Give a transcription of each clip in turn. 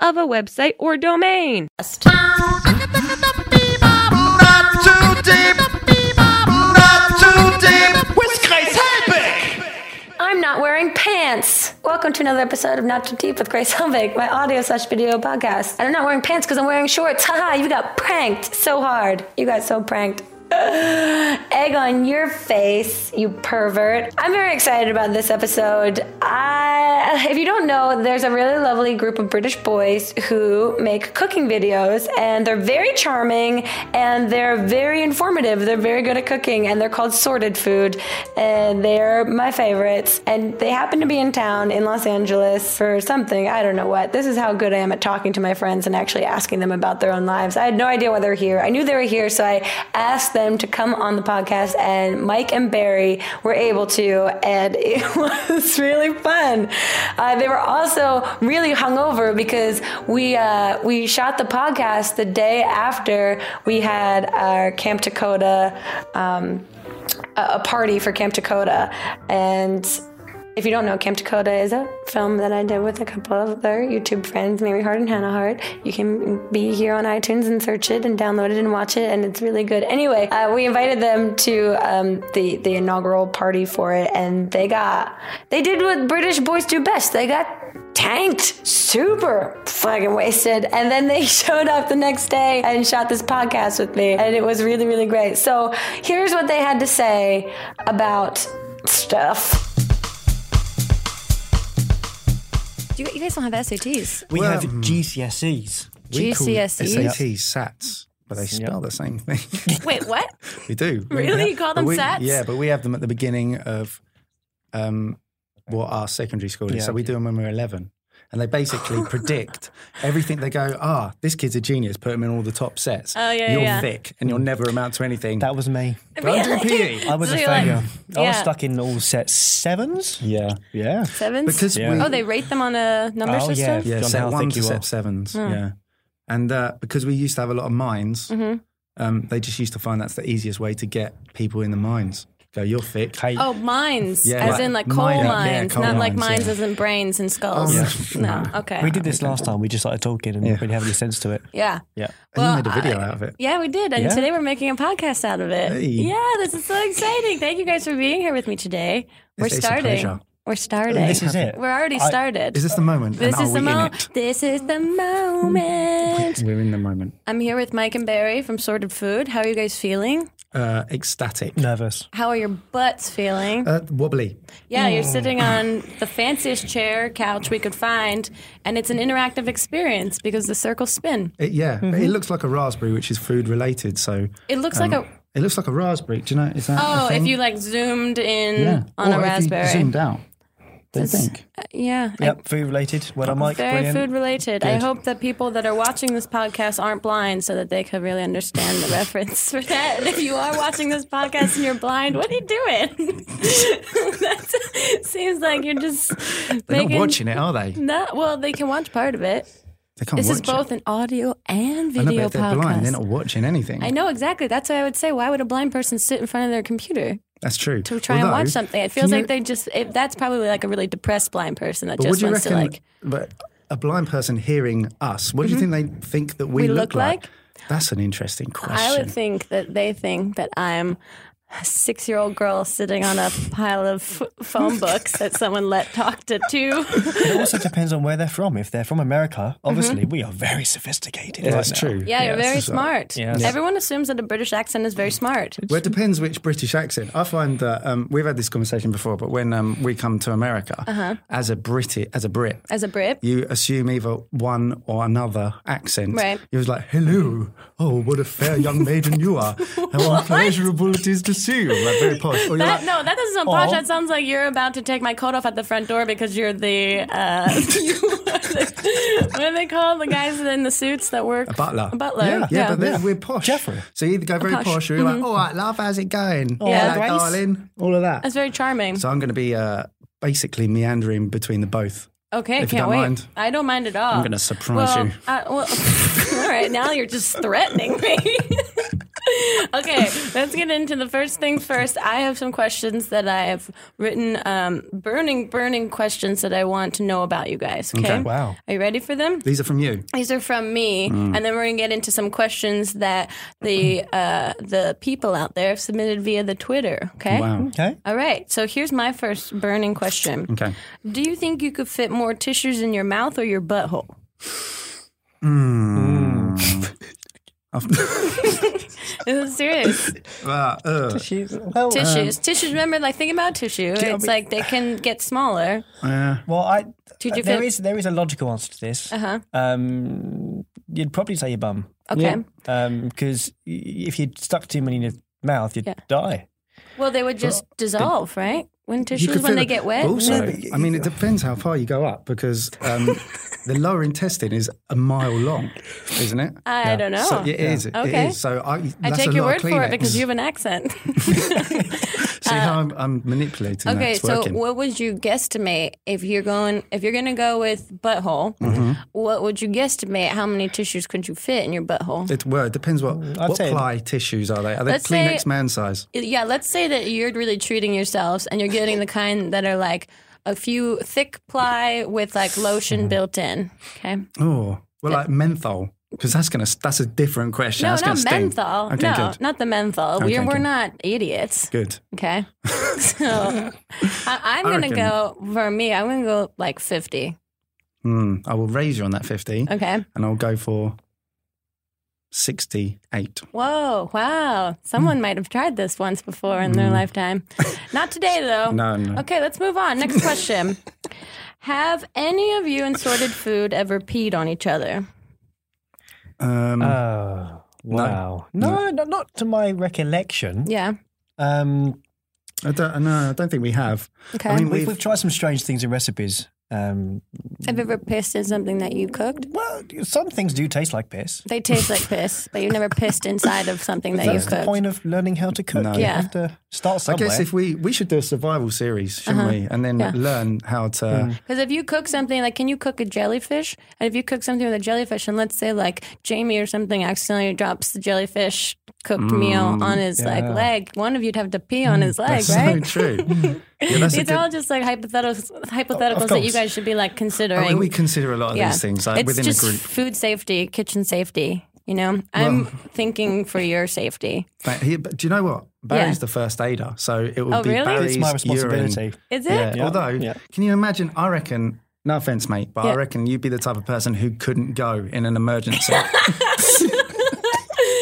of a website or domain. Not too deep. Not too deep. With Grace Helbig. I'm not wearing pants. Welcome to another episode of Not Too Deep with Grace Helbig, my audio slash video podcast. And I'm not wearing pants because I'm wearing shorts. Haha, you got pranked so hard. You got so pranked. Egg on your face, you pervert. I'm very excited about this episode. I, if you don't know, there's a really lovely group of British boys who make cooking videos, and they're very charming and they're very informative. They're very good at cooking, and they're called Sorted Food, and they're my favorites. And they happen to be in town in Los Angeles for something. I don't know what. This is how good I am at talking to my friends and actually asking them about their own lives. I had no idea why they were here. I knew they were here, so I asked them to come on the podcast, and Mike and Barry were able to, and it was really fun. Uh, they were also really hungover because we uh, we shot the podcast the day after we had our Camp Dakota. Um, a a party for Camp Dakota. And if you don't know, Camp Dakota is a film that I did with a couple of other YouTube friends, Mary Hart and Hannah Hart. You can be here on iTunes and search it and download it and watch it, and it's really good. Anyway, uh, we invited them to um, the the inaugural party for it, and they got they did what British boys do best. They got tanked, super fucking wasted. And then they showed up the next day and shot this podcast with me. And it was really, really great. So here's what they had to say about stuff. You, you guys don't have SATs. We have E. GCSEs. We call GCSEs? SATs, SATs, but they spell the same thing. Wait, what? we do. Really? You call But them we- SATs? Yeah, but we have them at the beginning of um, what our secondary school is. So we do them when we're 11. And they basically predict everything. They go, ah, this kid's a genius. Put him in all the top sets. Oh, yeah, You're yeah. thick and you'll never amount to anything. That was me. Don't do E. PE. I was So a you're like- failure. I was yeah. stuck in all set sevens. yeah. Yeah. Sevens? Because Yeah. we, oh, they rate them on a number Oh, system? Yeah, John, set how one thick to you set are. sevens. Hmm. Yeah, and uh, because we used to have a lot of mines, Mm-hmm. um, they just used to find that's the easiest way to get people in the mines. Go, you're thick. Hey, Oh, mines, Yeah, as like in like mine- coal yeah, mines, coal not like mines, mines yeah. as in brains and skulls. Oh, yeah. No, okay. we did this last time. We just started talking and Yeah. we didn't have any sense to it. Yeah. Yeah. and you made a video out of it. Yeah, we did. And Yeah. today we're making a podcast out of it. Hey. Yeah, this is so exciting. Thank you guys for being here with me today. We're It's- it's a starting. pleasure. We're starting. This is it. We're already I- started. Is this the moment? this and is are the we in moment. it? This is the moment. We're in the moment. I'm here with Mike and Barry from Sorted Food. How are you guys feeling? Uh, ecstatic. Nervous. How are your butts feeling? Uh, wobbly. Yeah, Oh. you're sitting on the fanciest chair, couch we could find, and it's an interactive experience because the circles spin. It, yeah, but Mm-hmm. it looks like a raspberry, which is food related. So It looks um, like a It looks like a raspberry. Do you know? Is that? a oh, if thing? you like zoomed in yeah. on Or a if you raspberry. zoomed out. Do you It's- think? yeah, I- Yep. Food related. Well done, Mike. very Brilliant. food related. I hope that people that are watching this podcast aren't blind, so that they could really understand the reference for that. And if you are watching this podcast and you're blind, what are you doing? that seems like you're just They're making not watching it, are they? that. Well, they can watch part of it. They can't This watch is both it. an audio and I know, video but if they're podcast. blind, they're not watching anything. I know exactly. That's why I would say, why would a blind person sit in front of their computer That's true. to try and Although, watch something? It can feels you- like they just. It, that's probably like a really depressed blind person that But just what do you wants reckon? to like. Mm-hmm. but a blind person hearing us, what do you think they think that we, We look, look like? That's an interesting question. I would think that they think that I'm a six-year-old girl sitting on a pile of f- phone books that someone let talk to two. It also depends on where they're from. If they're from America, obviously we are very sophisticated. Yeah, right that's now. true. Mm-hmm. Yeah, you're very that's right. smart. Yes. Everyone assumes that a British accent is very smart. Well, it depends which British accent. I find that um, we've had this conversation before, but when um, we come to America as a Brit, as a Brit, Uh-huh. As a Brit, you assume either one or another accent. Right. He was like, "Hello, oh, what a fair young maiden you are! How pleasurable it is to assume like, very posh. Or you're That, like, no, that doesn't sound posh. Aw. That sounds like you're about to take my coat off at the front door because you're the uh, you are the- what are they called? The guys in the suits that work a butler. A butler. Yeah, Yeah, yeah, but then yeah. we're posh. Jeffrey. So you either go very posh, Posh. Mm-hmm. or you're like, all right, love, how's it going? Yeah. All right, Grace. darling. All of that. that's very charming. So I'm going to be uh, basically meandering between the both. Okay, if you can't don't wait. mind. I don't mind at all. I'm gonna surprise well, you. I- well, all right, now you're just threatening me. okay, let's get into the first thing first. I have some questions that I have written, um, burning, burning questions that I want to know about you guys. Okay, Okay. Wow. Are you ready for them? These are from you. These are from me, Mm. and then we're gonna get into some questions that the uh, the people out there have submitted via the Twitter. Okay. Wow. Mm. Okay. All right. So here's my first burning question. Okay. Do you think you could fit more tissues in your mouth or your butthole? Hmm. This is serious. Uh, uh, Well, um, tissues. tissues, remember, like, think about tissue. It's like they can get smaller. Well, I uh, Did you there feel- is there is a logical answer to this. Uh-huh. Um, you'd probably say your bum Um, Okay. because if you stuck too many in your mouth, you'd Yeah. die. Well, they would just dissolve, right? When tissues, could when feel they it. get wet. Also, I mean, it depends how far you go up because um, the lower intestine is a mile long, isn't it? I don't know. So it is. Ah. Okay. It is. So I, that's I a take your lot word of for it Kleenex. because you have an accent. See how I'm, I'm manipulating that. okay, It's so working. what would you guesstimate if you're going if you're gonna go with butthole? Mm-hmm. What would you guesstimate? How many tissues could you fit in your butthole? It, well, it depends what, what say- ply tissues are they? Are they Let's say- Kleenex man size? Yeah, let's say that you're really treating yourselves and you're getting the kind that are like a few thick ply with like lotion Mm-hmm. built in. Okay. Oh, well, like menthol. Because that's gonna that's a different question. No, that's gonna not sting. menthol. Okay, no, good. not the menthol. we're Okay, we're good. not idiots. Good. Okay. So I, I'm going to reckon- go for me, I'm going to go like 50. Hmm, I will raise you on that fifty, Okay. and I'll go for sixty-eight. Whoa. Hmm. Wow. Someone might have tried this once before in their lifetime. Not today, though. No, no. Oh, Okay, let's move on. Next question. Have any of you in Sorted Food ever peed on each other? Um, Oh, wow. No, no, not to my recollection. Yeah. Um, I don't. No, I don't think we have. Okay. I mean, we've, we've, we've tried some strange things in recipes. Um, Have you ever pissed in something that you cooked? well, some things do taste like piss. They taste like piss, but you've never pissed inside of something that That's you the cooked. point of learning how to cook. No. You Yeah. have to start I somewhere. guess if we we should do a survival series, shouldn't we? And then Uh-huh. Yeah. learn how to. Because if you cook something, like, can you cook a jellyfish? And if you cook something with a jellyfish, and let's say like Jamie or something accidentally drops the jellyfish cooked Mm, meal on his like leg, one of you'd have to pee on his leg, That's right? so true. yeah, that's a These good, are all just like hypotheticals, hypotheticals that course. you guys should be like I considering. mean, we consider a lot of Yeah. these things like, it's within just a group. food safety, kitchen safety. You know, I'm thinking for your safety. But he, but do you know what? Barry's the first aider, so it will Oh, be really? Barry's it's my urine. responsibility. Is it? Yeah. Although, Yeah. can you imagine? I reckon. No offense, mate, but Yeah. I reckon you'd be the type of person who couldn't go in an emergency.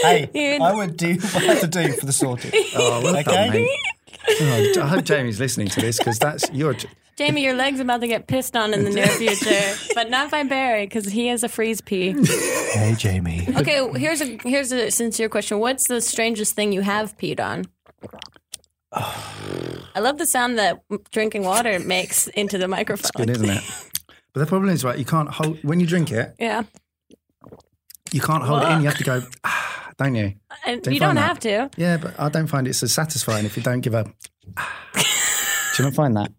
Hey, I would do what I have to do for the sorted. oh, well done, Okay. mate. Oh, I hope Jamie's listening to this because that's your. Jamie, your leg's about to get pissed on in the near future, but not by Barry because he has a freeze pee. hey, Jamie. Okay, here's a here's a sincere question. What's the strangest thing you have peed on? I love the sound that drinking water makes into the microphone. Good, isn't it? But the problem is, right? You can't hold when you drink it. Yeah, You can't hold it in. You have to go, ah, don't you? and Don't you don't find that. have to. Yeah, but I don't find it so satisfying if you don't give a. ah. Do you not find that?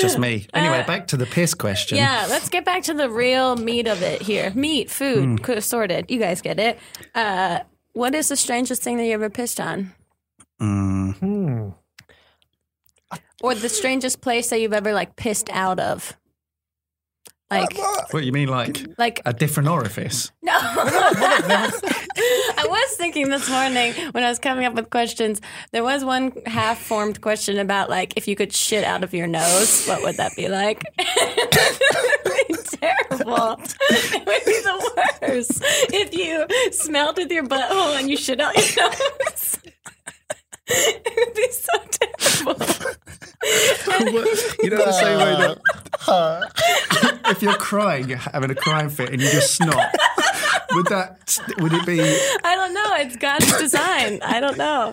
Just me. Anyway, back to the piss question. Uh, Yeah, let's get back to the real meat of it here. Meat, food, co- sorted. You guys get it. Uh, what is the strangest thing that you ever pissed on? Or the strangest place that you've ever like pissed out of? Like, What you mean, like like a different orifice? No. I was thinking this morning when I was coming up with questions, there was one half formed question about like if you could shit out of your nose, what would that be like? It would be Terrible. It would be the worst if you smelled with your butthole and you shit out your nose. it would be so terrible. you know the same way that if you're crying, you're having a crying fit, and you just snot. Would that would it be? I don't know. It's God's design. I don't know.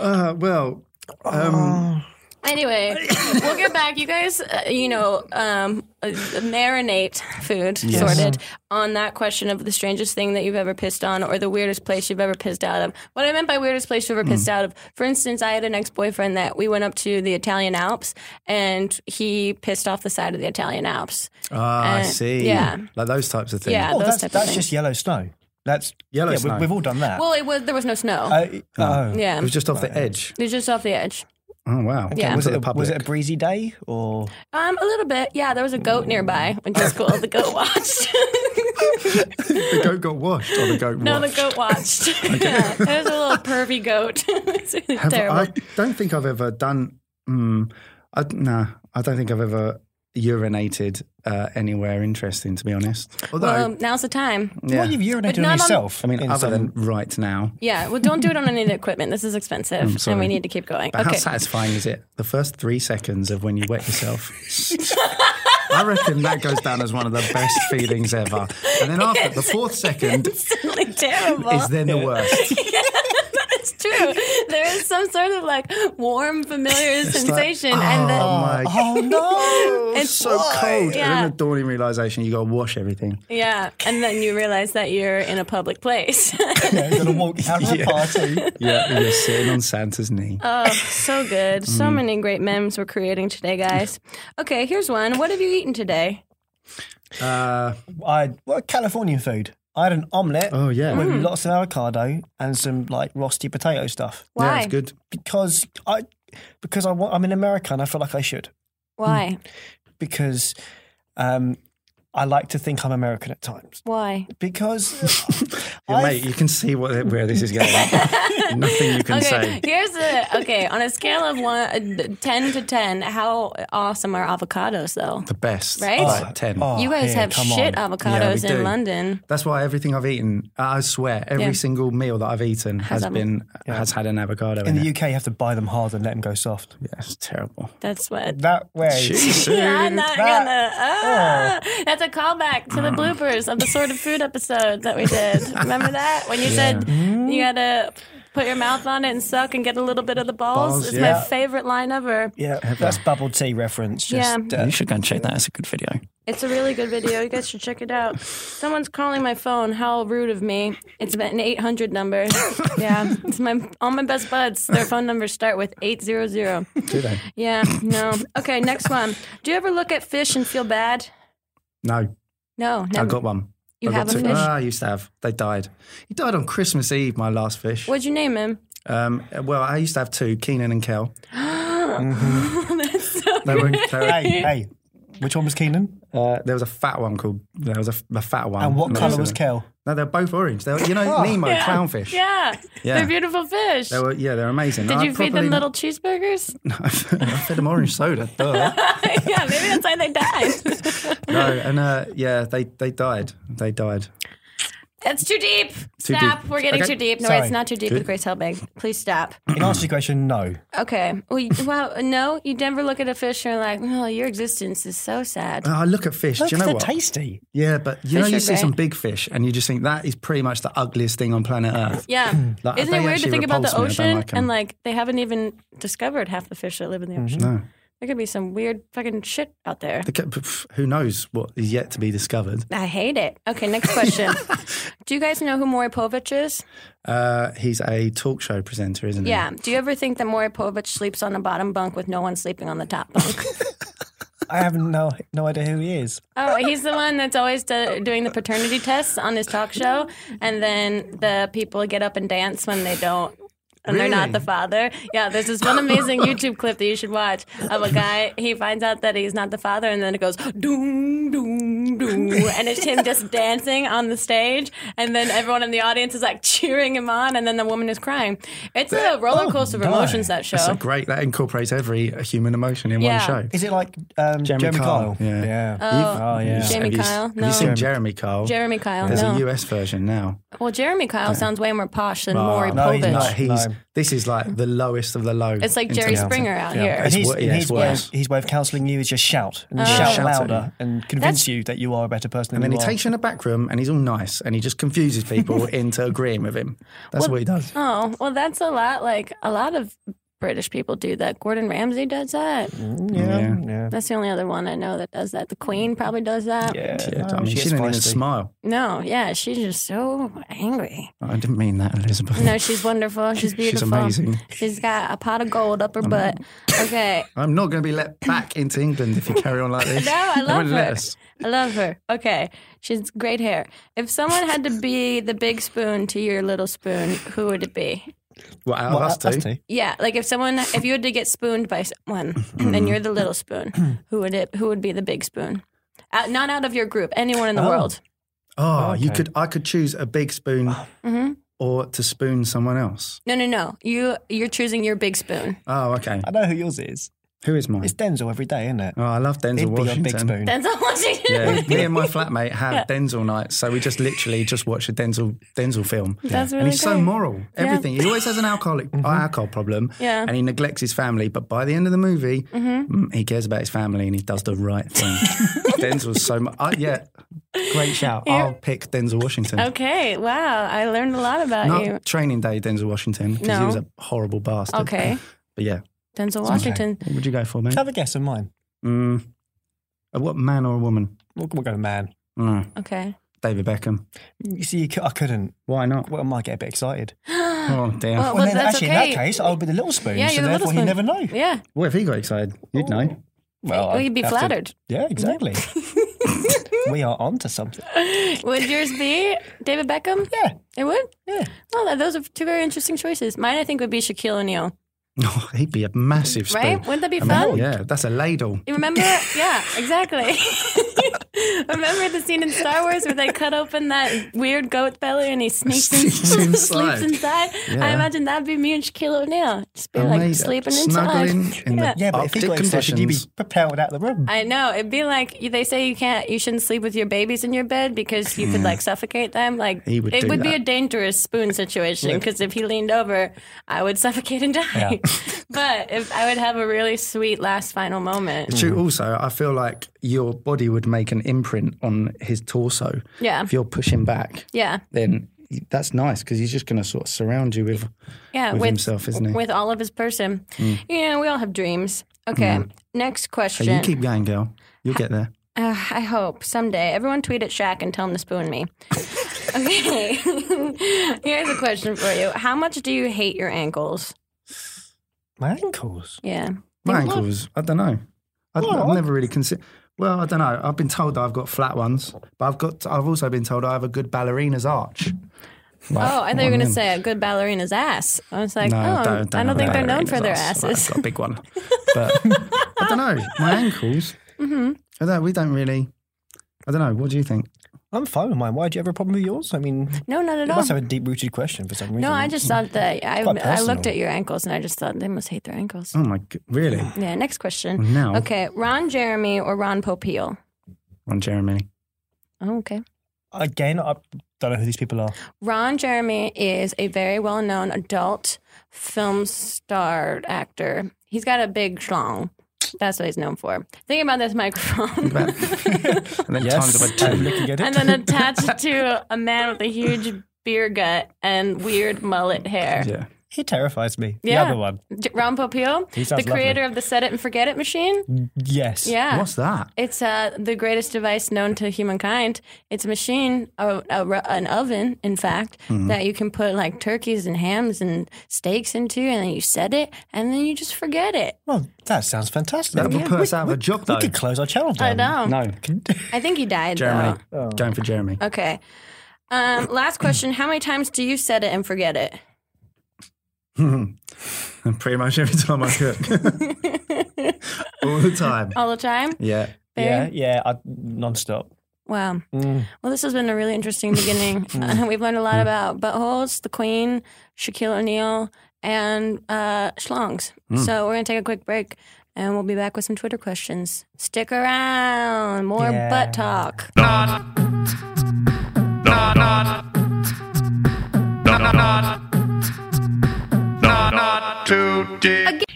Uh, well, um, Anyway, we'll get back. You guys, uh, you know, um, uh, marinate food sorted on that question of the strangest thing that you've ever pissed on or the weirdest place you've ever pissed out of. What I meant by weirdest place you've ever Mm. pissed out of, for instance, I had an ex boyfriend that we went up to the Italian Alps and he pissed off the side of the Italian Alps. ah, I Uh, see. yeah. like those types of things. Yeah. Oh, those that's type of that's things. just yellow snow. That's Yellow yeah, snow. We, we've all done that. Well, it was there was no snow. Uh, oh. yeah, It was just off the edge. it was just off the edge. Oh wow! Yeah. Was To it, the a, public. was it a breezy day or Um, a little bit. Yeah, there was a goat nearby, which is cool. The goat watched. the goat got washed or the goat? no, the watched? goat watched. yeah, it was a little pervy goat. it's really Have- terrible. I don't think I've ever done. Mm, I, nah, I don't think I've ever urinated uh, anywhere interesting. To be honest, although well, um, now's the time. yeah, well, you've urinated not on on- yourself? I mean, in some- other than right now, Yeah, well, don't do it on any of the equipment. This is expensive, Mm, sorry. and we need to keep going. But how okay. satisfying is it? The first three seconds of when you wet yourself. I reckon that goes down as one of the best feelings ever. And then after the fourth second It's really terrible. is then the worst. it's true. There is some sort of like warm, familiar sensation, and then Oh my oh no! It's so cold. Yeah. And then the dawning realization you got to wash everything. yeah, and then you realize that you're in a public place. yeah, you're gonna walk down to the party. Yeah, and you're sitting on Santa's knee. Oh, so good. So Mm. many great memes we're creating today, guys. Okay, here's one. What have you eaten today? Mm. Uh, I what Californian food. I had an omelette oh, yeah. Mm-hmm. with lots of avocado and some like rusty potato stuff Yeah, Why? it's good. because I because I want, I'm in America and I feel like I should Why? because um, I like to think I'm American at times Why? because Yeah, I've- mate, you can see what, where this is going. Nothing you can Okay, say. here's the okay on a scale of one, uh, ten to ten. How awesome are avocados, though? The best. Right? Like 10. Oh, You guys here, have come shit on. avocados Yeah, we in do. London. That's why everything I've eaten, I swear, every Yeah. single meal that I've eaten has, avo- been has had an avocado in, in it. the UK you have to buy them hard and let them go soft. yeah, it's terrible. That's what. That way, I'm not That- Oh. Mm. gonna. Ah, That's a callback to the bloopers of the sort of food episode that we did. Remember that when you said Mm. you gotta put your mouth on it and suck and get a little bit of the balls? Balls, it's yeah. my favorite line ever. yeah, that's bubble tea reference. Just, Yeah. uh, You should go and check that. It's a good video. It's a really good video. You guys should check it out. Someone's calling my phone. How rude of me. It's an 800 number. Yeah. It's my all my best buds. Their phone numbers start with 800. Do they? Yeah. No. Okay, next one. Do you ever look at fish and feel bad? No, No. I Never. got one. You I got have a two. fish? Ah, I used to have. They died. He died on Christmas Eve. My last fish. What'd you name him? Um, well, I used to have two, Keenan and Kel. That's so They were, they were- uh, hey, hey, which one was Keenan uh, there was a fat one called. There was a, a fat one. and what Not colour sure. was Kel? No, they're both orange. They were, you know, Nemo clownfish. Yeah. Yeah. They're beautiful fish. They were, yeah, they're amazing. Did I you feed probably- them little cheeseburgers? I fed them orange soda. duh. yeah, maybe that's why they died. No, and uh, yeah, they they died. They died. That's too deep. Too stop. deep. We're getting Okay. too deep. No, Sorry. it's not too deep with Grace Helbig. Please stop. In answer to your question, no. Okay. Well, you- well, no, you never look at a fish and you're like, oh, your existence is so sad. Uh, I look at fish. Do you know they're what? tasty. Yeah, but you know, Fish you are see some great. big fish, and you just think that is pretty much the ugliest thing on planet Earth. Yeah. Like, Isn't they it weird to actually think about the repulse me. I ocean don't like 'em. Mm-hmm. and like they haven't even discovered half the fish that live in the ocean? No. There could be some weird fucking shit out there. The ca- pff, Who knows what is yet to be discovered? I hate it. Okay, next question. Do you guys know who Maury Povich is? Uh, he's a talk show presenter, isn't he? Yeah. Do you ever think that Maury Povich sleeps on the bottom bunk with no one sleeping on the top bunk? I have no no idea who he is. oh, he's the one that's always do- doing the paternity tests on his talk show, and then the people get up and dance when they don't. And they're not Really? the father. Yeah, there's this one amazing YouTube clip that you should watch of a guy. He finds out that he's not the father, and then it goes doom, doom, doom. And it's him just dancing on the stage. And then everyone in the audience is like cheering him on. And then the woman is crying. It's a roller coaster of my. emotions, that show. oh That's a great. That incorporates every human emotion in Yeah. one show. Is it like um, Jeremy, Kyle? Kyle, yeah. Oh, yeah. Jamie have you, s- Kyle? Have No. you seen Jeremy Kyle? Jeremy Kyle. There's no. Oh, a US version now. Well, Jeremy Kyle sounds way more posh than Maury no, he's Povich. not. He's Oh, No. This is like the lowest of the low. It's like Jerry Springer out here. It's And his, wor- yeah, and it's his, worse. Way, his way of counselling you is just shout Oh. and shout Shout at louder and convince you that you are a better person. And than then he you are. takes you in the back room and he's all nice and he just confuses people into agreeing with him. That's what he does. Oh, well, that's a lot. Like a lot of British people do that. Gordon Ramsay does that. Mm, Yeah, Yeah. yeah. That's the only other one I know that does that. The Queen probably does that. Yeah, Yeah, no, I mean, she she's didn't even uh, feisty. smile. No, yeah, she's just so angry. I didn't mean that, Elizabeth. No, she's wonderful. She's beautiful. amazing. She's got a pot of gold up her butt. Okay. I'm not going to be let back into England if you carry on like this. No, I They love won't let her. us. I love her. Okay. She's great hair. If someone had to be the big spoon to your little spoon, who would it be? Well, out Well, of us us two. two. Yeah, like if someone if you had to get spooned by someone and you're the little spoon, who would it who would be the big spoon? Out, not out of your group, anyone in the Oh. world. Oh, you Okay. could. I could choose a big spoon Mm-hmm. or to spoon someone else. No, no, no. You you're choosing your big spoon. Oh, okay. I know who yours Uh, is. Who is mine? It's Denzel every day, isn't it? Oh, I love Denzel He'd be your Washington. big spoon. That's all I Yeah, me and my flatmate have Denzel nights, so we just literally just watch a Denzel Denzel film. That's and really he's so great. moral. Everything. He always has an alcoholic alcohol problem. Yeah. Mm-hmm. And he neglects his family, but by the end of the movie, mm, he cares about his family and he does the right thing. Denzel's so much. yeah, great shout. I'll pick Denzel Washington. Okay, wow. I learned a lot about Not you. training day, Denzel Washington, because No. he was a horrible bastard. Okay. But yeah, Denzel Washington. what would you go for, mate? Have a guess of mine. Mm, a what man or a woman? We'll, we'll go man. Mm, Okay. David Beckham. You see, you, cou- I couldn't. Why not? Well, I might get a bit excited. Oh dear. well, Well, but then, that's actually, okay. in that case, I would be the little spoon. Yeah, so you're the little therefore, you never spoon. know. Yeah. What if he got excited? You'd know. Well, Oh, Well, I'd you'd be have to- flattered. yeah, exactly. we are onto something. Would yours be David Beckham? Yeah, It would? yeah. Well, th- those are two very interesting choices. Mine, I think, would be Shaquille O'Neal. Oh, he'd be a massive spoon. Right? Wouldn't that be I mean, fun? yeah, that's a ladle. You remember? yeah, exactly. remember the scene in Star Wars where they cut open that weird goat belly and he sneaks in, Sneaks inside. sleeps inside? I Yeah. imagine that'd be me and Shaquille O'Neal. Just be like Amazing. sleeping inside. Snuggling in the Yeah, but if he Arctic got excited, you'd be conditions. propelled out of the room. I know. It'd be like you- they say you can't, you shouldn't sleep with your babies in your bed because you could like suffocate them. Like He would it do would be that. a dangerous spoon situation because if he leaned over, I would suffocate and die. but if I would have a really sweet last final moment, It's true. Also, I feel like your body would make an imprint on his torso. Yeah. If you're pushing back, yeah, then that's nice because he's just going to sort of surround you with. yeah, With himself, isn't he? With all of his person. Yeah, we all have dreams. Okay, next question. Hey, Mm. you keep going, girl. You'll get there. Uh, I hope someday everyone tweet at Shaq and tell him to spoon me. okay, here's a question for you: How much do you hate your ankles? My ankles. Yeah. My ankles. I don't know. I, I've never really considered. Well, I don't know. I've been told that I've got flat ones, but I've got. I've also been told I have a good ballerina's arch. Like, Oh, I thought one you were going of to them. say a good ballerina's ass. I was like, No, oh, don't- I don't have think they're known ballerina's for their arse. Well, I've asses. got a big one, but I don't know. My ankles. Mm-hmm. I don't, we don't really. I don't know. What do you think? I'm fine with mine. Why do you have a problem with yours? I mean, No, not it at all. must have a deep rooted question for some reason. No, I just thought that quite I, I looked personal. Mm. at your ankles and I just thought they must hate their ankles. Oh my, g- really? Yeah, next question. Now, Okay, Ron Jeremy or Ron Popeil? on Jeremy. Oh, okay. Again, I don't know who these people are. Ron Jeremy is a very well known adult film star actor. He's got a big schlong. That's what he's known for. Think about this microphone. About, and then times it by I'm two. looking at it. and then attached it to a man with a huge beer gut and weird mullet hair. Yeah. he terrifies me. Yeah. The other one. J- Ron Popeil, He the sounds creator of the Set It and Forget It machine. Yes. Yeah. What's that? It's uh, the greatest device known to humankind. It's a machine, a, a, ru- an oven, in fact, that you can put like turkeys and hams and steaks into, and then you set it, and then you just forget it. Well, that sounds fantastic. That would put us out of a job, we though. could close our channel down. I know. No, um, I think he died, Jeremy. Oh. Going for Jeremy. though. Okay. Um, last question How many times do you set it and forget it? Pretty much every time I cook, all the time. All the time? Yeah. Yeah, yeah, I, non-stop. Mm. Wow. Well, this has been a really interesting beginning. Uh, we've learned a lot about buttholes, the Queen, Shaquille O'Neal, and uh, schlongs. Hmm. So we're going to take a quick break and we'll be back with some Twitter questions. Stick around. More Yeah. butt talk. Not, not, not, not,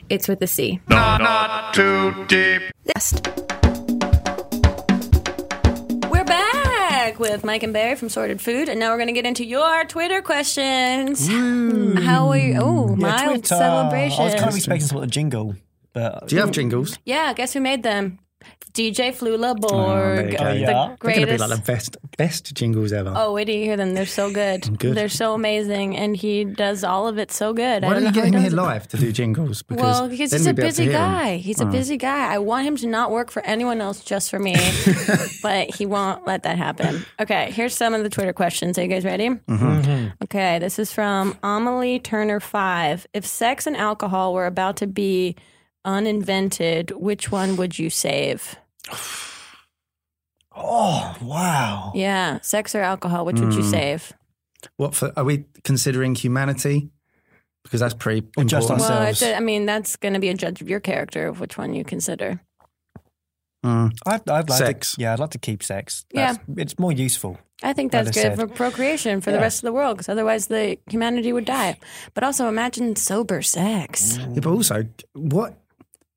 States with a C. Not too deep. We're back with Mike and Barry from Sorted Food, and now we're going to get into your Twitter questions. How are you? Oh, mild Hmm. Twitter. celebration. I was kind of expecting some sort of jingle, but Do you have jingles? yeah, guess who made them? DJ Oh, Flula there Borg. you go. the Yeah. They're They're going to be greatest. like the best, best jingles ever. Oh, wait do you hear them? They're so good. Good. They're so amazing, and he does all of it so good. I Why don't don't you know get how him he here does it. live to do jingles? Because Well, because then he's a we'd be able to busy hear him. guy. He's a busy guy. I want him to not work for anyone else, just for me. but he won't let that happen. Okay, here's some of the Twitter questions. Are you guys ready? Mm-hmm. Okay, this is from Amelie Turner Five. If sex and alcohol were about to be uninvented, which one would you save? oh wow, Yeah, sex or alcohol? Which would you Hmm. save? What for, are we considering humanity? Because that's pretty Or important. just Well, ourselves. it's a, I mean, that's going to be a judge of your character of which one you consider. Mm. I'd, I'd like Sex. To, yeah, I'd like to keep sex. Yeah. That's- it's more useful. I think That that's is good sad. for procreation for the Yeah. rest of the world, because otherwise the humanity would die. But also imagine sober sex. Mm. Yeah, but also, what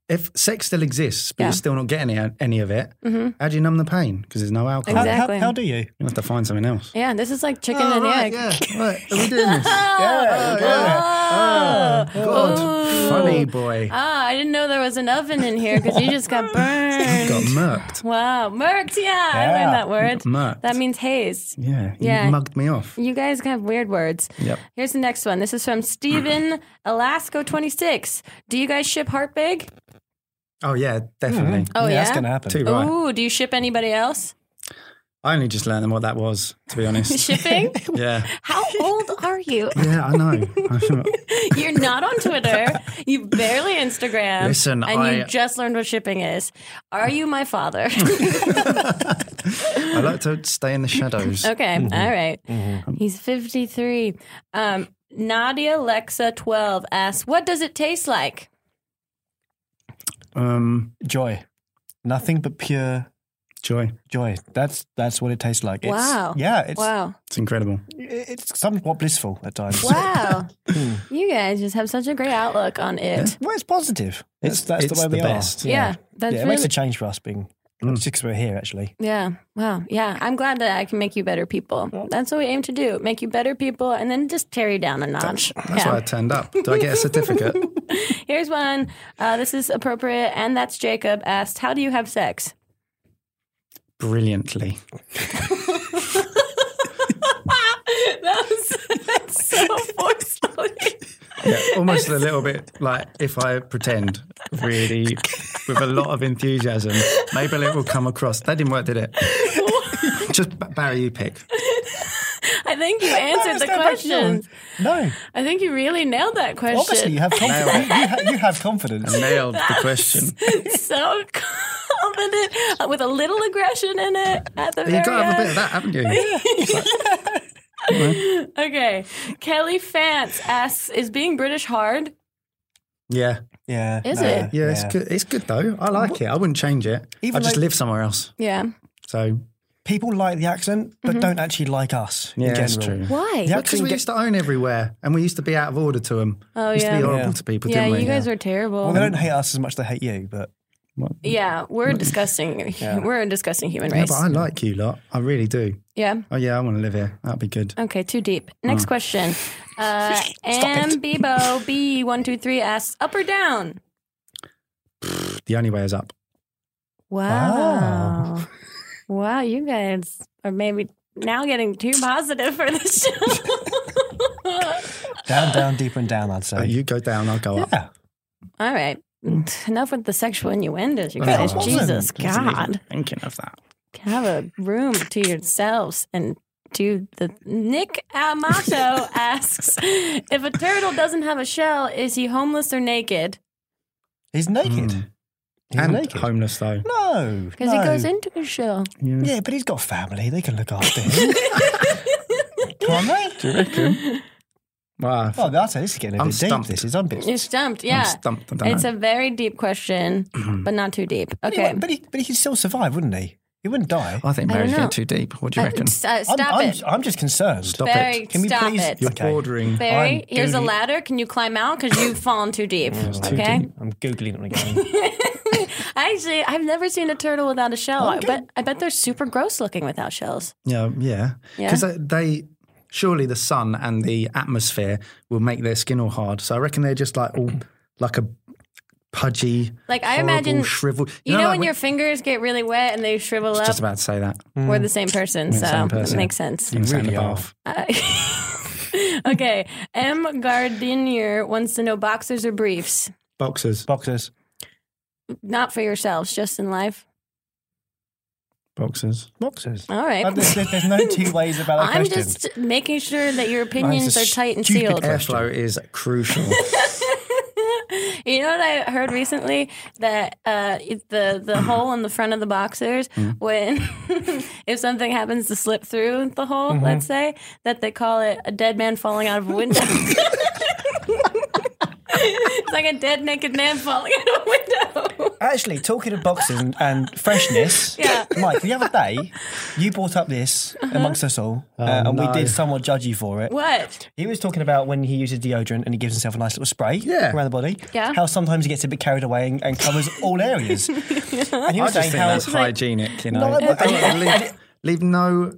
if sex still exists, but Yeah. Mm-hmm. you're still not getting any, any of it? How do you numb the pain? Because there's no alcohol. How- Exactly. How, how do you? You have to find something else. Yeah, this is like Oh, chicken and right, egg. yeah. Right. Are we doing this? Yeah, Oh, God, Ooh. funny boy. Ah, I didn't know there was an oven in here because you just got Got burned. murked. wow, murked. Yeah, I Yeah. learned that word. Murked. That means haze. yeah, you Yeah. mugged me off. You guys have weird words. Yep. Here's the next one. This is from Steven Alaska 26. Do you guys ship heart big? Oh, yeah, definitely. Oh, that's yeah? gonna happen. Too right. Ooh, do you ship anybody else? I only just learned what that was, to be honest. Shipping? yeah. How old are you? Yeah, I know. You're not on Twitter. You barely Instagram. Listen, and I- you just learned what shipping is. Are you my father? I like to stay in the shadows. okay, all right. Mm-hmm. He's 53. Um, Nadia Lexa 12 asks, "What does it taste like?" Um, Joy. Nothing but pure joy. joy. That's that's what it tastes like. It's, Wow. Yeah, it's Wow, It's incredible. it's somewhat blissful at times. wow! you guys just have such a great outlook on it. Well, it's positive. It's It's- that's it's the way the we best. Mm. are. Yeah, that's yeah, it really makes a change for us being because we're here actually. Yeah. Wow. Yeah. I'm glad that I can make you better people. That's what we aim to do make you better people and then just tear you down a notch. That's yeah. why I turned up. Do I get a certificate? Here's one. Uh, this is appropriate. And that's Jacob asked, How do you have sex? Brilliantly. that was that's so forcefully. Yeah, almost a little bit like if I pretend really with a lot of enthusiasm, maybe it will come across. That didn't work, did it? Just B- Barry, you pick. I think you answered the question. No, I think you really nailed that question. obviously you have confidence. you, ha- you have confidence. Nailed the question. so confident uh, with a little aggression in it at the You've very got to have a end. bit of that, haven't you? Okay. Kelly Fance asks, Is being British hard? Yeah. Yeah, Is no, it? Yeah, it's good. It's good though. I like it. I wouldn't change it. Even I just like- live somewhere else. Yeah. So People like the accent, Mm-hmm. but don't actually like us. yeah, in that's general. true. Why? The Because accent we gets used to own everywhere, and we used to be out of order to them. Oh, used to yeah. be horrible Yeah. to people, Yeah, didn't we? you guys were terrible. well, they don't hate us as much as they hate you, but yeah, we're a disgusting. We're a disgusting human Yeah, race. but I like you lot. I really do. yeah. Oh yeah, I want to live here. That'd be good. Okay, too deep. Mm. Next question. Uh, M Bebo B one two three asks up or down. The only way is up. Wow. Wow, you guys are maybe now getting too positive for this show. down, down, deeper and down. I'd Uh, say. you go down, I'll go up. yeah. All right. Enough with the sexual innuendos, you guys. wasn't. Jesus Wasn't even God. Thinking of that. have a room to yourselves and do the Nick Amato asks if a turtle doesn't have a shell, is he homeless or naked? He's naked. Mm. He's and naked. homeless though. No, Because no. he goes into his shell. Yeah, but he's got family. They can look after him. Can't they? Wow. Oh, that's it. This is getting a I'm bit deep. stumped. This is unbit. You're stumped. Yeah, I'm stumped. I don't it's know. a very deep question, but not too deep. Okay. But he, but he could still survive, wouldn't he? He wouldn't die. I I think don't Mary's know. getting too deep. What do you reckon? S- uh, I'm, stop I'm, it. I'm just concerned. Stop Barry, it. Can we stop please- it. You're Okay. bordering. Barry, I'm here's a googly- ladder. Can you climb out? Because you've fallen too deep. okay. I'm googling it again. Actually, I've never seen a turtle without a shell. I bet I bet they're super gross looking without shells. Yeah, yeah. Yeah. Because they surely the sun and the atmosphere will make their skin all hard. So I reckon they're just like Hmm. all like a pudgy, Like I horrible, imagine, shriveled. you know, like when your fingers get really wet and they shrivel just up. about to say that. We're the same person, so same that person. makes sense. You really are. Uh, okay, M. Gardinier wants to know boxers or briefs. Boxers. Boxers. Not for yourselves, just in life. Boxers. Boxers. All right. Uh, there's, there's no two ways about that I'm question. just making sure that your opinions are tight and stupid sealed. question. Airflow is crucial. You know what I heard recently that uh, it- the the hole in the front of the boxers when if something happens to slip through the hole, let's say that they call it a dead man falling out of a window. it's like a dead naked man falling out of a window. Actually, talking of boxes and, and freshness, Yeah. Uh-huh. Mike, the other day, you brought up this amongst us all, uh, and we Oh, no. did somewhat judge you for it. What? He was talking about when he uses deodorant and he gives himself a nice little spray Yeah. around the body. Yeah. How sometimes he gets a bit carried away and, and covers all areas. And he I was just think saying how that's hygienic, you know. No, but- Don't leave, leave no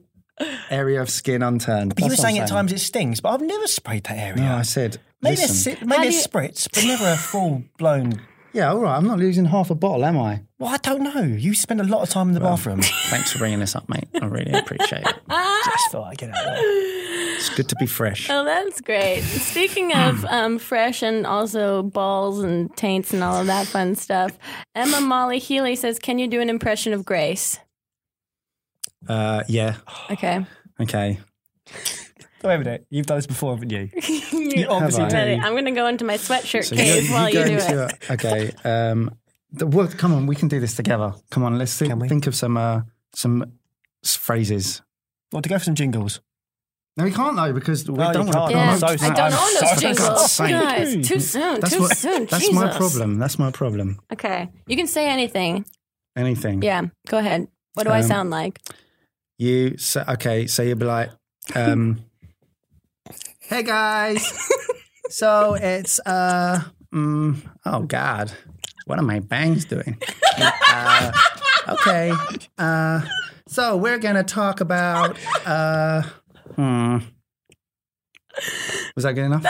area of skin unturned. you were That's what saying I'm at times it stings, but I've never sprayed that area. No, I said. Maybe a, listen, si- maybe a do you- spritz, but never a full blown. yeah, all right. I'm not losing half a bottle, am I? Well, I don't know. You spend a lot of time in the bathroom. Thanks for bringing this up, mate. I really appreciate it. Just thought I'd get out of there. It's good to be fresh. Oh, that's great. Speaking of um, fresh and also balls and taints and all of that fun stuff, Emma Molly Healy says, "Can you do an impression of Grace?" Uh, yeah. Okay. Okay. Wait a minute. You've done this before, haven't you? you I? obviously Got it. do. I'm going to go into my sweatshirt So cave you- while you you go do into it. a- okay. Um, the, well, come on, we can do this together. Come on, let's thi- Can we? think of some uh, some s- phrases. Well, to go for some jingles. No, we can't though because we No, you don't want to. can't. Yeah, I'm so I sorry. don't I'm own so those sorry. jingles. God's Guys, sake. too soon. That's too what- soon. That's Jesus. my problem. That's my problem. Okay. You can say anything. Anything. Yeah. Go ahead. What do I Um, sound like? You so, okay? So you'd be like, um, "Hey guys, so it's uh, mm, oh god, what are my bangs doing?" Uh, okay, uh, so we're gonna talk about. Uh, hmm. Was that good enough?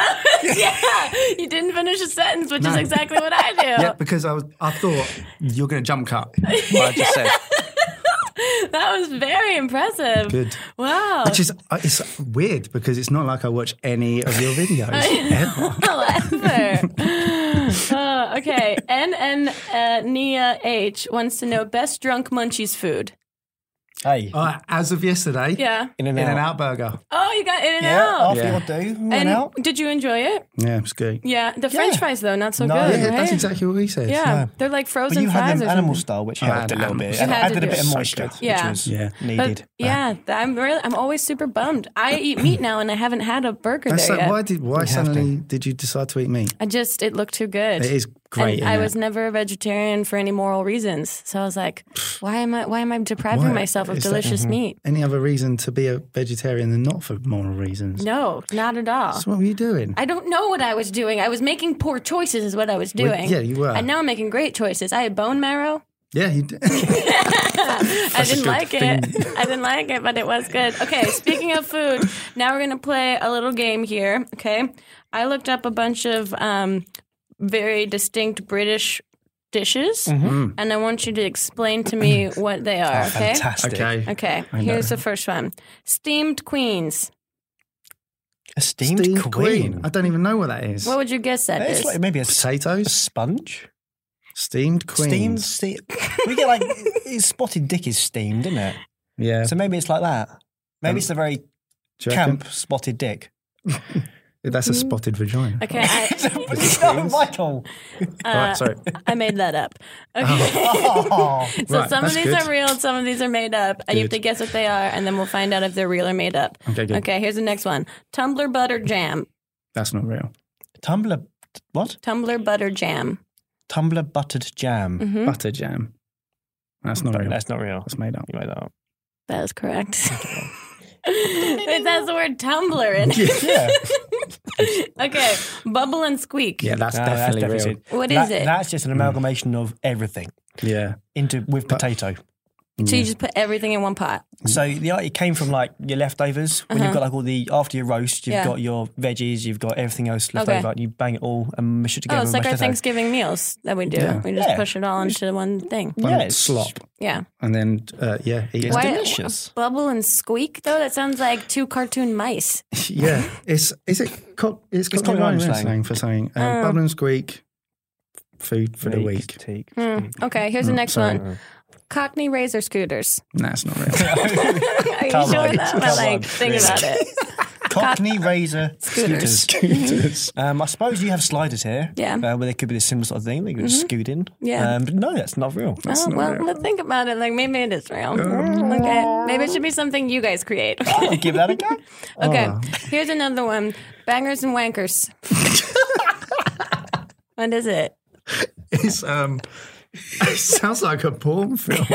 yeah. You didn't finish a sentence, which is No. exactly what I do. Yeah, because I was. I thought you're gonna jump cut. What I just said. That was very impressive. Good. Wow. Which is uh, it's weird because it's not like I watch any of your videos. ever. However, uh, okay. NN uh, Nia H wants to know best drunk munchies food. Hey. Uh, as of yesterday, Yeah. in and In out. and Out Burger. Oh, you got In and Yeah, Out. after Yeah. your do, in And and out. did you enjoy it? Yeah, it's good. Yeah, the French fries though not so No. good. Yeah, right? that's exactly what he said. yeah, no. they're like But frozen you had fries them or animal something. style, which I helped a had little animal bit. style. And You had to added a do bit it. of moisture, Yeah. which was Yeah. needed. But yeah, th- I'm really, I'm always super bummed. I eat meat now, and I haven't had a burger That's there like, yet. why did why have suddenly did you decide to eat meat? I just it looked too good. It is great. And I isn't it? was never a vegetarian for any moral reasons, so I was like, why am I why am I depriving Why? Mm-hmm. myself of It's like, delicious meat? Any other reason to be a vegetarian than not for moral reasons? No, not at all. So what were you doing? I don't know what I was doing. I was making poor choices, is what I was doing. yeah, you were. And now I'm making great choices. I had bone marrow. yeah, Mm. you did. I didn't like it. I didn't like it, but it was good. Okay, speaking of food, now we're gonna play a little game here. Okay, I looked up a bunch of um, very distinct British dishes, Mm. and I want you to explain to me what Ah, they are. Okay. Oh, Fantastic. Okay. Here's the first one: steamed queens. A steamed, Steamed queen. queen. I don't even know what that is. What would you guess that It's is? like maybe a s- a Potatoes, sponge. steamed queen. Steamed. Ste- we get like spotted dick is steamed, isn't it? Yeah. So maybe it's like that. Maybe Um, it's the very Do you reckon- camp spotted dick. That's a spotted vagina. Mm. okay, I, uh, no, Michael. right, sorry. I made that up. Okay. Oh, So Right, some of that's these good. are real, some of these are made up, and you have to guess what they are, and then we'll find out if they're real or made up. Okay, good. Okay, here's the next one: tumbler butter jam. That's not real. Tumblr. What? Tumbler butter jam. Mm-hmm. Tumblr buttered jam. Butter jam. That's not But real. that's not real. That's made up. You made that up. That is correct. it has the word tumbler in it. Yeah. Okay, bubble and squeak. Yeah, that's No, definitely that's real. What is That- it? That's just an amalgamation of everything Yeah. into with potato. so Mm-hmm. you just put everything in one pot. So the it came from like your leftovers when you've got like all the after your roast, you've Uh-huh. Yeah. got your veggies, you've got everything else left Okay. over. And you bang it all and mush it together. Oh, it's with like our mashed potato. Thanksgiving meals that we do. Yeah. We just Yeah. push it all into one thing. One Yeah, it's- slop. Yeah. And then, uh, yeah, eat it. Why- delicious. Bubble and squeak though. That sounds like two cartoon mice. yeah. It's, is it cock, it's cock Cockney and Rhyme slang. slang. for saying um, Oh. bubble and squeak, food for the Meat, week. teak. Hmm. Mm-hmm. Okay, here's the next sorry. one. Cockney razor scooters. Nah, it's not real. Are you Come sure on, about come like on. think about it? Cockney razor Scooters. scooters. Scooters. Um, I suppose you have sliders here. Yeah. Mm-hmm. Uh, where they could be the similar sort of thing. They could just scoot in. Yeah. Um, but no, that's not real. Oh, not well, real. let's think about it. Like maybe it is real. Okay, maybe it should be something you guys create. Ah. You give that a go. Okay, here's another one: bangers and wankers. what is it? it's, um, it sounds like a porn film.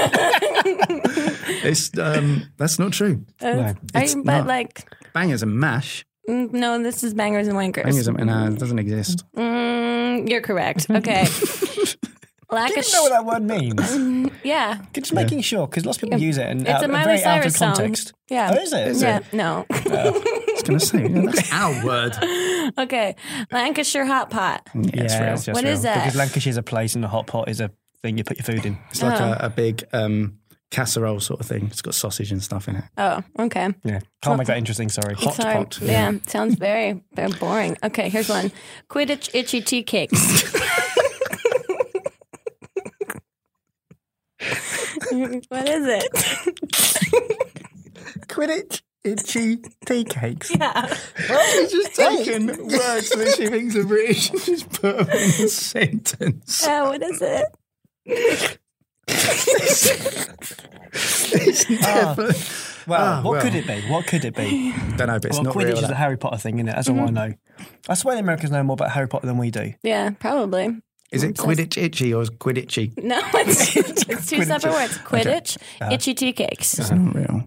it's, um, that's not true. No. Are It's you, but not. like, Bangers and mash. mm, no, this is bangers and wankers. Bangers and, nah, it doesn't exist. Mm, you're correct. Okay. Lack Do of you sh- know what that word means? yeah. Just making sure, because lots of people use it and It's out, a Miley Uh, very out of Cyrus song. context. Yeah. Oh, is it? Is yeah. it? No. I was going to say, yeah, that's our word. okay. Lancashire hot pot. Mm. Yeah, it's real. What is that? Because Lancashire's a place and a hot pot is a thing you put your food in. It's like a, a big um, casserole sort of thing. It's got sausage and stuff in it. Oh, okay. Yeah. Can't make that interesting, sorry. Hot Sorry. pot, Yeah. sounds very, very boring. Okay, here's one. Quidditch itchy tea cakes. what is it? Quidditch itchy tea cakes. She's just taken words that she thinks are British and just put them in a sentence. Yeah, what is it? Well, Ah, what well. could it be? What could it be? Don't know, but it's well, not Quidditch real. is that. a Harry Potter thing, isn't it? That's Mm-hmm. all I know. I swear the Americans know more about Harry Potter than we do. Yeah, probably. Is it Quidditch itchy or is Quidditchy? No, it's, it's two separate words. Quidditch, itchy tea cakes. It's not real.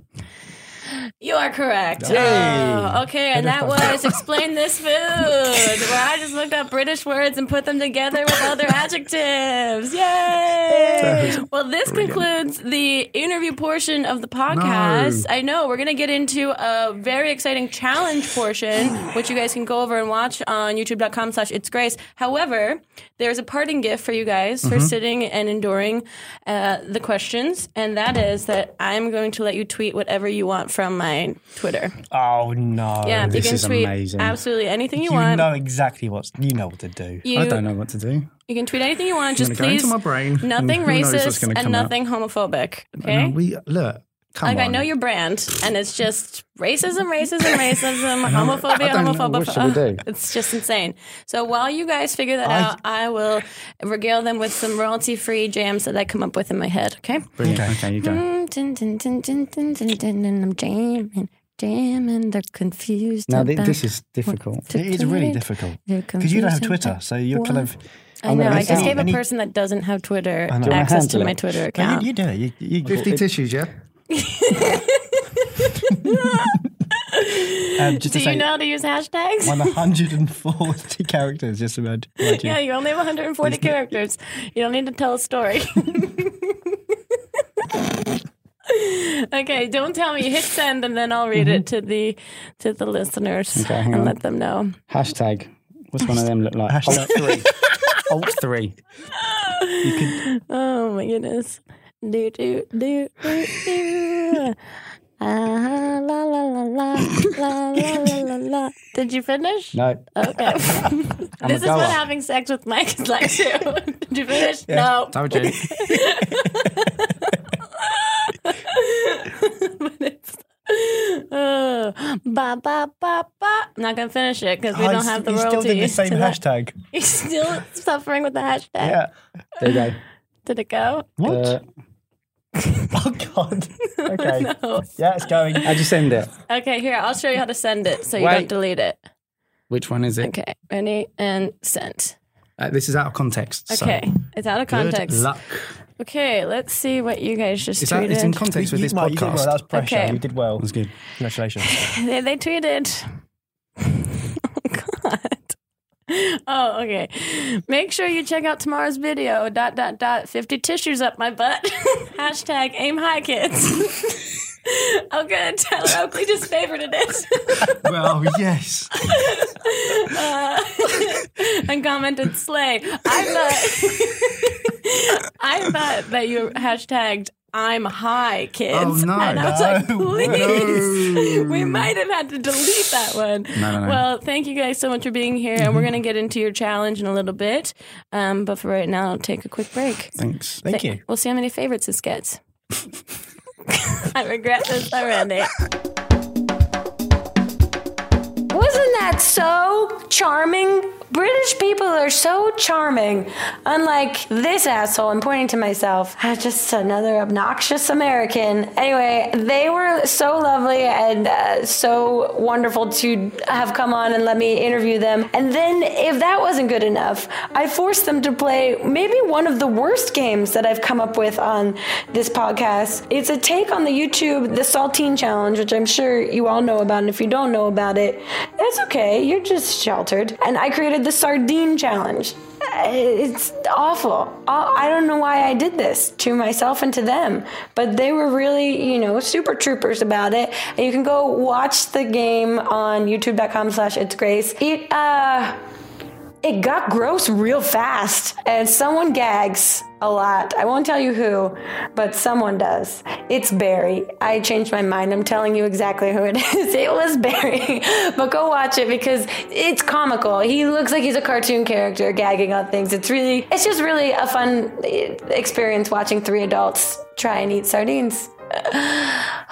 You are correct. Oh, okay, and that was explain this food. Where I just looked up British words and put them together with other adjectives. Yay! Well, this concludes the interview portion of the podcast. I know we're gonna get into a very exciting challenge portion, which you guys can go over and watch on YouTube.com/slash It's Grace. However, there's a parting gift for you guys Mm-hmm. for sitting and enduring uh, the questions, and that is that I'm going to let you tweet whatever you want from my Twitter. Oh no. Yeah, you this can is tweet amazing. absolutely anything you, You want. know exactly what's you know what to do. You, I don't know what to do. you can tweet anything you want. Just gonna go into please, my brain and nothing who knows what's racist gonna and come out. nothing homophobic. Okay. No, we look. Come like on. I know your brand, and it's just racism, racism, racism, homophobia, I don't know. homophobia. What should we do? It's just insane. So while you guys figure that I- out, I will regale them with some royalty-free jams that I come up with in my head. Okay. Brilliant. Okay, you go. Dun, Mm, dun, dun, dun, dun, dun, dun, dun, and I'm jamming, jamming. They're confused. Now thi- about- this is difficult. It is really difficult. Because you don't have Twitter, so you're kind of I know. gonna I miss just out. gave a Any- person that doesn't have Twitter Do you wanna access to handle my it? Twitter No, account. you, you do it. You, you, 50 tissues, yeah? um, just to Do you say, know how to use hashtags? 140 characters. Just about. imagine. Yeah, you only have 140 characters. You don't need to tell a story. okay, don't tell me. Hit send, and then I'll read it to the to the listeners Mm-hmm. Okay, hang and on. let them know. Hashtag. What's one of them look like? Alt three. Alt three. Oh my goodness. Do do do do do. Ah, la la la la la la la la la. Did you finish? No. Okay. this is goer. what having sex with Mike is like too. Did you finish? No. Told you. but it's uh, ba ba ba ba. I'm not gonna finish it because we Oh, don't he's- have the he's royalty. still doing the same to that. hashtag. He's still suffering with the hashtag. Yeah. There you go. Did it go? What? Uh, oh God. Okay. No. Yeah, it's going. how'd you send it? Okay, here I'll show you how to send it so you Wait. don't delete it. Which one is it? Okay, ready and sent. Uh, this is out of context. so Okay, it's out of Good context. luck. Okay, let's see what you guys just Is that, tweeted. it's in context with this Mark, you did well. That podcast. was pressure. Okay. You did well. That's good. Congratulations. they, they tweeted. oh God. Oh, okay. Make sure you check out tomorrow's video. Dot dot dot. Fifty tissues up my butt. Hashtag aim high, kids. oh, good. Tyler Oakley just favorited it. well, yes. uh, and commented slay. I thought I thought that you hashtagged I'm high kids. Oh, no. And I was like, No. please. No. We might have had to delete that one. No, Mm-hmm. no, no. Well, thank you guys so much for being here. And we're gonna get into your challenge in a little bit. Um, but for right now, I'll take a quick break. Thanks. Thank you. We'll see how many favorites this gets. I regret this already. Wasn't that so charming? British people are so charming. Unlike this asshole, I'm pointing to myself. Ah, Just another obnoxious American. Anyway, they were so lovely and uh, so wonderful to have come on and let me interview them. And then, if that wasn't good enough, I forced them to play maybe one of the worst games that I've come up with on this podcast. It's a take on the YouTube, the Saltine Challenge, which I'm sure you all know about. And if you don't know about it, that's okay. You're just sheltered. And I created the Sardine Challenge. Uh, It's awful. I I don't know why I did this to myself and to them, but they were really, you know, super troopers about it. And you can go watch the game on youtube.com slash it's grace. It, uh, it got gross real fast and someone gags a lot i won't tell you who but someone does it's barry i changed my mind i'm telling you exactly who it is it was barry but go watch it because it's comical he looks like he's a cartoon character gagging on things it's really it's just really a fun eh, experience watching three adults try and eat sardines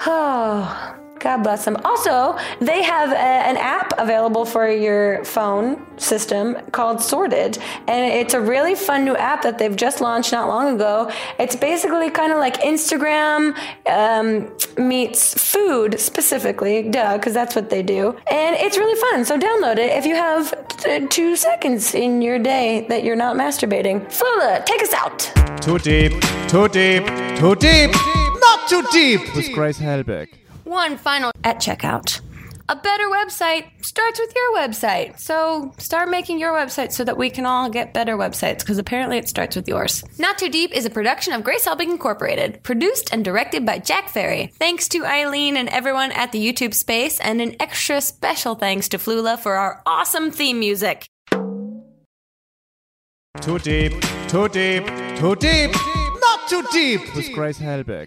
oh God bless them. Also, they have a, an app available for your phone system called Sorted, and it's a really fun new app that they've just launched not long ago. It's basically kind of like Instagram um, meets food specifically, duh, because that's what they do. And it's really fun. So download it if you have t- two seconds in your day that you're not masturbating. Flula, take us out. Too deep, too deep, too deep, not too deep with Grace Helbig. One final at checkout. A better website starts with your website. So start making your website so that we can all get better websites because apparently it starts with yours. Not Too Deep is a production of Grace Helbig Incorporated, produced and directed by Jack Ferry. Thanks to Eileen and everyone at the YouTube space, and an extra special thanks to Flula for our awesome theme music. Too deep, too deep, too deep, not too deep with Grace Helbig.